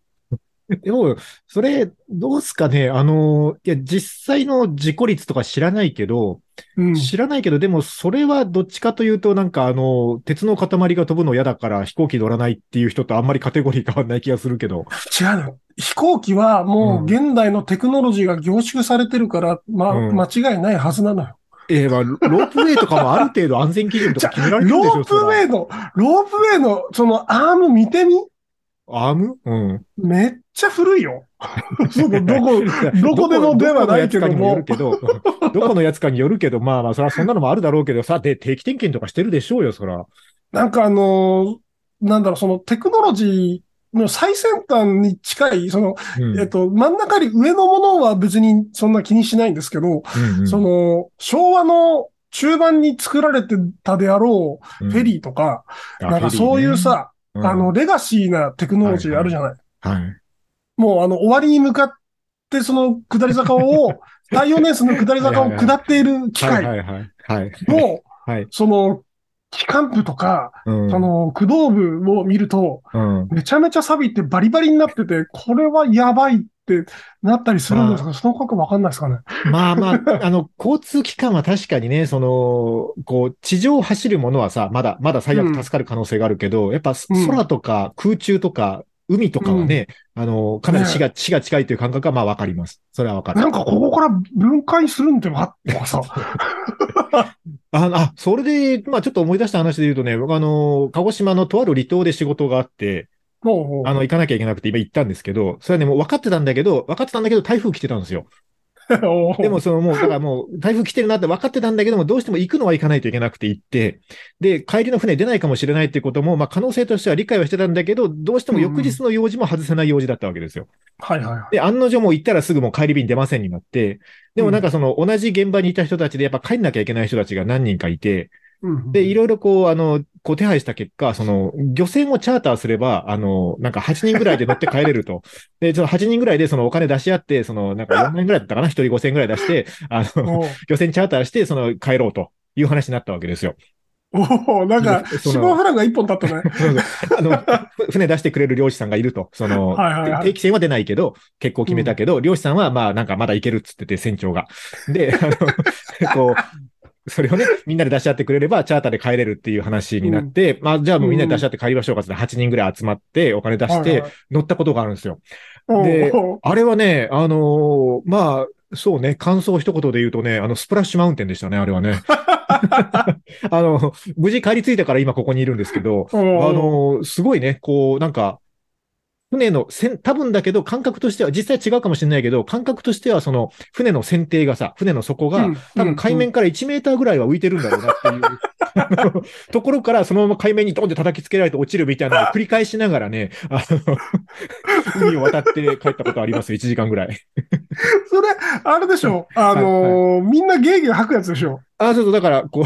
S2: でも、それ、どうすかねあの、いや、実際の事故率とか知らないけど、
S3: うん。
S2: 知らないけど、でもそれはどっちかというと、なんかあの、鉄の塊が飛ぶの嫌だから飛行機乗らないっていう人とあんまりカテゴリー変わんない気がするけど。
S3: 違うの。飛行機はもう現代のテクノロジーが凝縮されてるから、ま、
S2: うん
S3: 間違いないはずなのよ。
S2: ええまあ、ロープウェイとかもある程度安全基準 とか決められてるでしょ
S3: ロープウ
S2: イ
S3: ェイの、ロープウェイのそのアーム見てみ
S2: アームうん。
S3: めっちゃ古い よ。そのどこ、どこでもで
S2: ど
S3: は
S2: この
S3: ない
S2: や
S3: け
S2: つか
S3: ど
S2: にもよ
S3: も
S2: る。けど、うんどこのやつかによるけど、まあまあ、そらそんなのもあるだろうけどさ、で、定期点検とかしてるでしょうよ、そら。
S3: なんかあのーなんだろう、そのテクノロジーの最先端に近い、その、
S2: うん
S3: えっと、真ん中より上のものは別にそんな気にしないんですけど、
S2: うんうん
S3: その、昭和の中盤に作られてたであろう、
S2: うん
S3: フェリーとか、
S2: あ
S3: なんかそういうさ、
S2: フェリーね
S3: あの、レガシーなテクノロジーあるじゃない。
S2: うんはい。
S3: もう、あの、終わりに向かって、その、下り 坂を、太陽年数の下り坂を下っている機
S2: はい
S3: 械
S2: はいはい。はい。
S3: も、
S2: はい。
S3: その、機関部とか、
S2: うん
S3: その、駆動部を見ると、
S2: うん。
S3: めちゃめちゃ錆びてバリバリになってて、これはやばいってなったりするんですが、その感覚わかんないですかね。
S2: まあまあ、あの、交通機関は確かにね、その、こう、地上を走るものはさ、まだ、まだ最悪助かる可能性があるけど、やっぱ
S3: うん
S2: 空とか空中とか海とかはね、あの、かなり死が、死が近いという感覚はまあわかります。それはわかる。
S3: なんかここから分解するんではとかさ。
S2: ああ、それで、まあちょっと思い出した話で言うとね、僕あの、鹿児島のとある離島で仕事があって、
S3: もう
S2: あの、行かなきゃいけなくて今行ったんですけど、それはね、もう分かってたんだけど、分かってたんだけど、台風来てたんですよ。
S3: おう
S2: でも、そのもう、だからもう、台風来てるなって分かってたんだけども、どうしても行くのは行かないといけなくて行って、で、帰りの船出ないかもしれないっていうことも、まあ可能性としては理解はしてたんだけど、どうしても翌日の用事も外せない用事だったわけですよ。
S3: はいはいはい。
S2: で、案の定もう行ったらすぐもう帰り便出ませんになって、でもなんかその同じ現場にいた人たちでやっぱ帰んなきゃいけない人たちが何人かいて、
S3: うん
S2: で、いろいろこう、あの、こう手配した結果、その、漁船をチャーターすれば、あの、なんか8人ぐらいで乗って帰れると。で、その8人ぐらいでそのお金出し合って、その、なんか4万円ぐらいだったかな ?1 人5000円ぐらい出して、あの、
S3: おう
S2: 漁船チャーターして、その、帰ろうという話になったわけですよ。
S3: おうなんか、
S2: その
S3: 死亡フラグが一本立ったね。
S2: そうそうあの、ふ船出してくれる漁師さんがいると。その、
S3: はいはいはい
S2: 定期船は出ないけど、結構決めたけど、漁師さんはまあなんかまだいけるっつってて、船長が。で、 あの、こう、それをね、みんなで出し合ってくれれば、チャーターで帰れるっていう話になって、まあじゃあもうみんなで出し合って帰りましょうかっつって、8人ぐらい集まって、お金出し
S3: はい
S2: て
S3: はい、
S2: 乗ったことがあるんですよ。
S3: おう
S2: で
S3: おう
S2: あれはね、あのーまあ、そうね、感想を一言で言うとね、あの、スプラッシュマウンテンでしたね、あれは ね。 あの、無事帰り着いたから今ここにいるんですけど、
S3: お
S2: あ
S3: う
S2: の、すごいね、こう、なんか、船のせん、多分だけど、感覚としては、実際違うかもしれないけど、感覚としては、その、船の船底がさ、船の底が、
S3: うん
S2: 多分海面から1メーターぐらいは浮いてるんだろうなって いう、あのところから、そのまま海面にドンって叩きつけられて落ちるみたいな のを繰り返しながらね、あの、海を渡って帰ったことありますよ、1時間ぐらい。
S3: それ、あれでしょ。あのー、みんなゲーゲー吐くやつでしょ。
S2: ああ、そうそう、だから、こ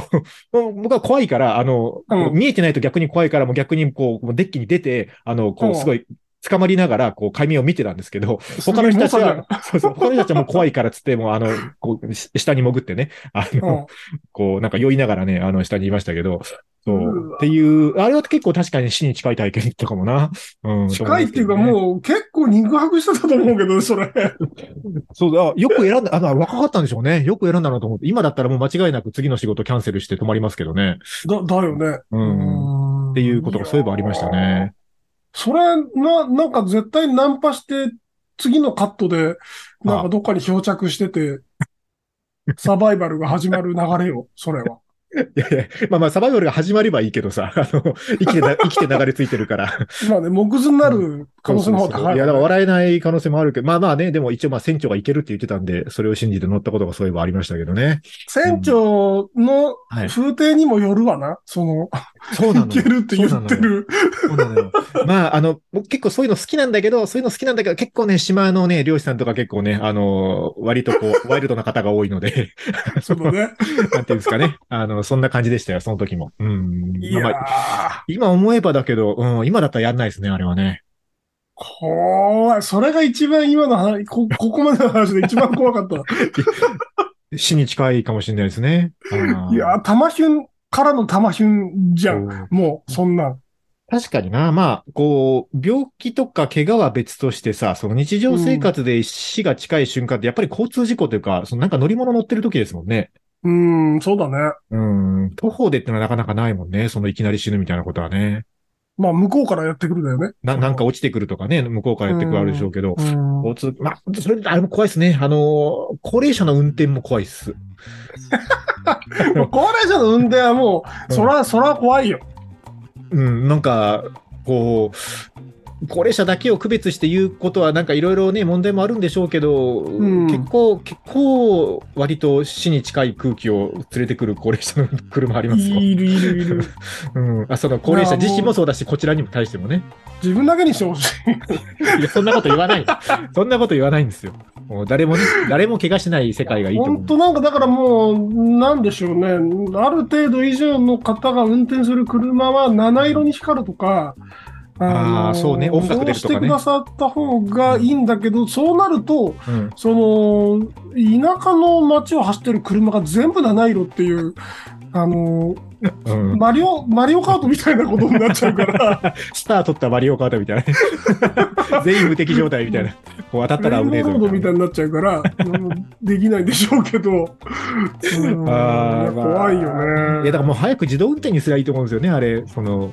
S2: う、もう僕は怖いから、あの、
S3: うん
S2: こう見えてないと逆に怖いから、もう逆にこう、もうデッキに出て、あの、こ
S3: う
S2: う、
S3: ん
S2: すごい、捕まりながら、こう、海面を見てたんですけど、他
S3: すげ
S2: の
S3: え
S2: 人たち
S3: 猛者
S2: は、そうそう、他の人たちはもう怖いからっつって、もう、あの、こう、し下に潜ってね、あ
S3: じゃん
S2: の、こう、なんか酔いながらね、あの、下にいましたけど、そうう
S3: わ、
S2: っていう、あれは結構確かに死に近い体験だったかもな。うん。
S3: うん近いっていうか、
S2: う。
S3: もう結構肉薄してたと思うけどね、それ。
S2: そうだ、よく選んだ、あの、若かったんでしょうね。よく選んだなと思って、今だったらもう間違いなく次の仕事キャンセルして止まりますけどね。
S3: だ、だよね。
S2: うん。
S3: ん
S2: っていうことがそういえばありましたね。
S3: それ、な、なんか絶対ナンパして、次のカットで、なんかどっかに漂着してて、サバイバルが始まる流 れよ、それは。
S2: いやいや、まあまあ、サバイバルが始まればいいけどさ、あの、生き てな、生きて流れ着いてるから。
S3: まあね、目次になる可能性の方が
S2: そうそうそ
S3: 高
S2: う
S3: い。
S2: いや、だから笑えない可能性もあるけど、まあまあね、でも一応まあ船長がいけるって言ってたんで、それを信じて乗ったことがそういえばありましたけどね。
S3: 船長の
S2: はい。
S3: 風景にもよるわな、その、
S2: そうなの
S3: いけ
S2: よ。
S3: るって言ってる。
S2: そうなの よ。まあ、あの、僕結構そういうの好きなんだけど、そういうの好きなんだけど、結構ね、島のね、漁師さんとか結構ね、あの、割とこう、 ワイルドな方が多いので、
S3: そうだ ね。
S2: なんていうんですかね。あの、そんな感じでしたよ、その時も。うん。
S3: いや
S2: まあ
S3: ー
S2: まあ、今思えばだけど、うん、今だったらやんないですね、あれはね。
S3: 怖い。それが一番今の話、こ、ここまでの話で一番怖 かった。
S2: 死に近いかもしれないですね。あー
S3: いやー、玉ヒュンからの玉ヒュンじゃん。
S2: そう
S3: もう、そんなん。
S2: 確かにな。まあ、こう、病気とか怪我は別としてさ、その日常生活で死が近い瞬間って、やっぱり交通事故というか、そのなんか乗り物乗ってる時ですもんね。
S3: うーん、そうだね。
S2: うん。徒歩でってのはなかなかないもんね。そのいきなり死ぬみたいなことはね。
S3: まあ、向こうからやってくるだよね。
S2: な、なんか落ちてくるとかね、向こうからやってくるあるでしょうけど。
S3: うーん。
S2: 交通、まあ、それ、あれも怖いですね。あのー、高齢者の運転も怖いっす。
S3: まあ 高齢者の運転はもう、そら、そら怖いよ。
S2: うん、なんか、こう、高齢者だけを区別して言うことは、なんかいろいろね、問題もあるんでしょうけど、
S3: ん
S2: 結構、結構、割と死に近い空気を連れてくる高齢者の車ありますよ。
S3: いるいるいる。
S2: うん。あ、その高齢者自身もそうだし、こちらにも対してもね。
S3: 自分だけにしてほしい。
S2: いや、そんなこと言わない。 そんなこと言わないんですよ。もう誰もね、誰も怪我しない世界がいいと思う
S3: 本。当なんか、だからもう、なんでしょうね。ある程度以上の方が運転する車は七色に光るとか、
S2: あー
S3: の
S2: そうね音楽出るとかね
S3: そうしてくださった方がいいんだけど、そうなると、
S2: うん。
S3: その、田舎の街を走ってる車が全部七色っていう、あの、
S2: うん。
S3: マリオ、マリオカートみたいなことになっちゃう から、
S2: スター取ったマリオカートみたいな ね。全員無敵状態みたいな。こう当たったら
S3: レイ
S2: 危ね
S3: ン
S2: え
S3: ボ
S2: ぞ
S3: ードみたい
S2: な。
S3: になっちゃう から、うんできないでしょうけど、うん
S2: あーまあ
S3: 怖いよ
S2: いや、だから
S3: ね。
S2: もう早く自動運転にすりゃいいと思うんですよね、あれ。その、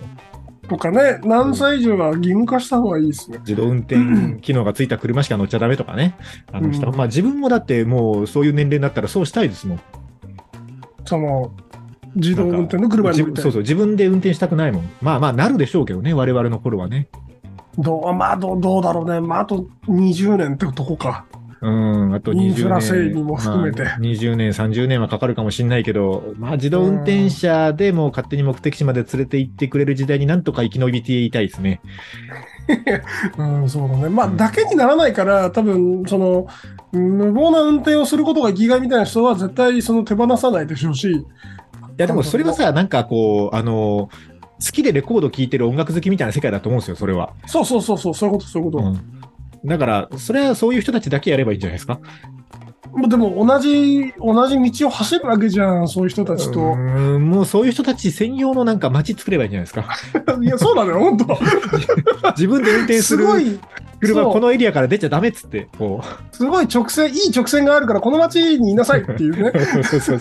S3: とかね、何歳以上は義務化した方がいいですね。
S2: 自動運転機能がついた車しか乗っちゃダメとかね。あの、した
S3: うん
S2: まあ自分もだってもうそういう年齢になったらそうしたいですもん。
S3: その、自動運転の車に乗り
S2: 自分
S3: たい
S2: そうそう、自分で運転したくないもん。まあまあなるでしょうけどね、我々の頃はね。
S3: どう、まあどう、どうだろうね。まあ、あと20年ってとこか。
S2: うん、あと20年。
S3: インフラ整備も含めて
S2: まあ20年、30年はかかるかもしれないけど、まあ自動運転車でもう勝手に目的地まで連れて行ってくれる時代になんとか生き延びていたいですね。
S3: うん、そうだね。まあ、
S2: うん
S3: だけにならないから、多分、その、無謀な運転をすることが生きがいみたいな人は絶対その手放さないでしょうし、
S2: いやでもそれはさ、なんかこう、あの、好きでレコード聴いてる音楽好きみたいな世界だと思うんですよ、それは。
S3: そうそうそうそう、そういうこと、そういうこと。
S2: うんだから、それはそういう人たちだけやればいいんじゃないですか。
S3: もうでも同じ、同じ道を走るわけじゃん、そういう人たちと。
S2: うんもうそういう人たち専用のなんか街作ればいいんじゃないです か。
S3: いや、そうだね、本当
S2: 自分で運転す
S3: す
S2: る
S3: ごい、
S2: 車、
S3: そう
S2: このエリアから出ちゃダメっつって、こ う。
S3: すごい直線、いい直線があるから、この街にいなさいっていうね。
S2: そうそうそう。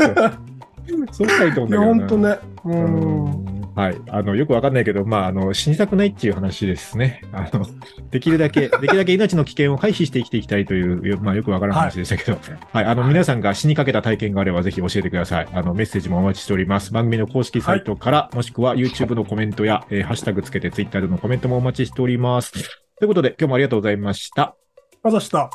S2: そうしたいと思うんだ
S3: いや、
S2: けどな。
S3: 本当ね。う。
S2: うんんはい。あの、よくわかんないけど、まあ、あの、死にたくないっていう話ですね。あの、できるだ け、できるだけ命の危険を回避して生きていきたいという、よまあ、よくわからん話でしたけど、はい、あの、皆さんが死にかけた体験があれば、ぜひ教えてください。あの、メッセージもお待ちしております。番組の公式サイトから、もしくは YouTube のコメントや、えーハッシュタグつけて Twitter でのコメントもお待ちしております。ということで、今日もありがとうございました。
S3: まだした。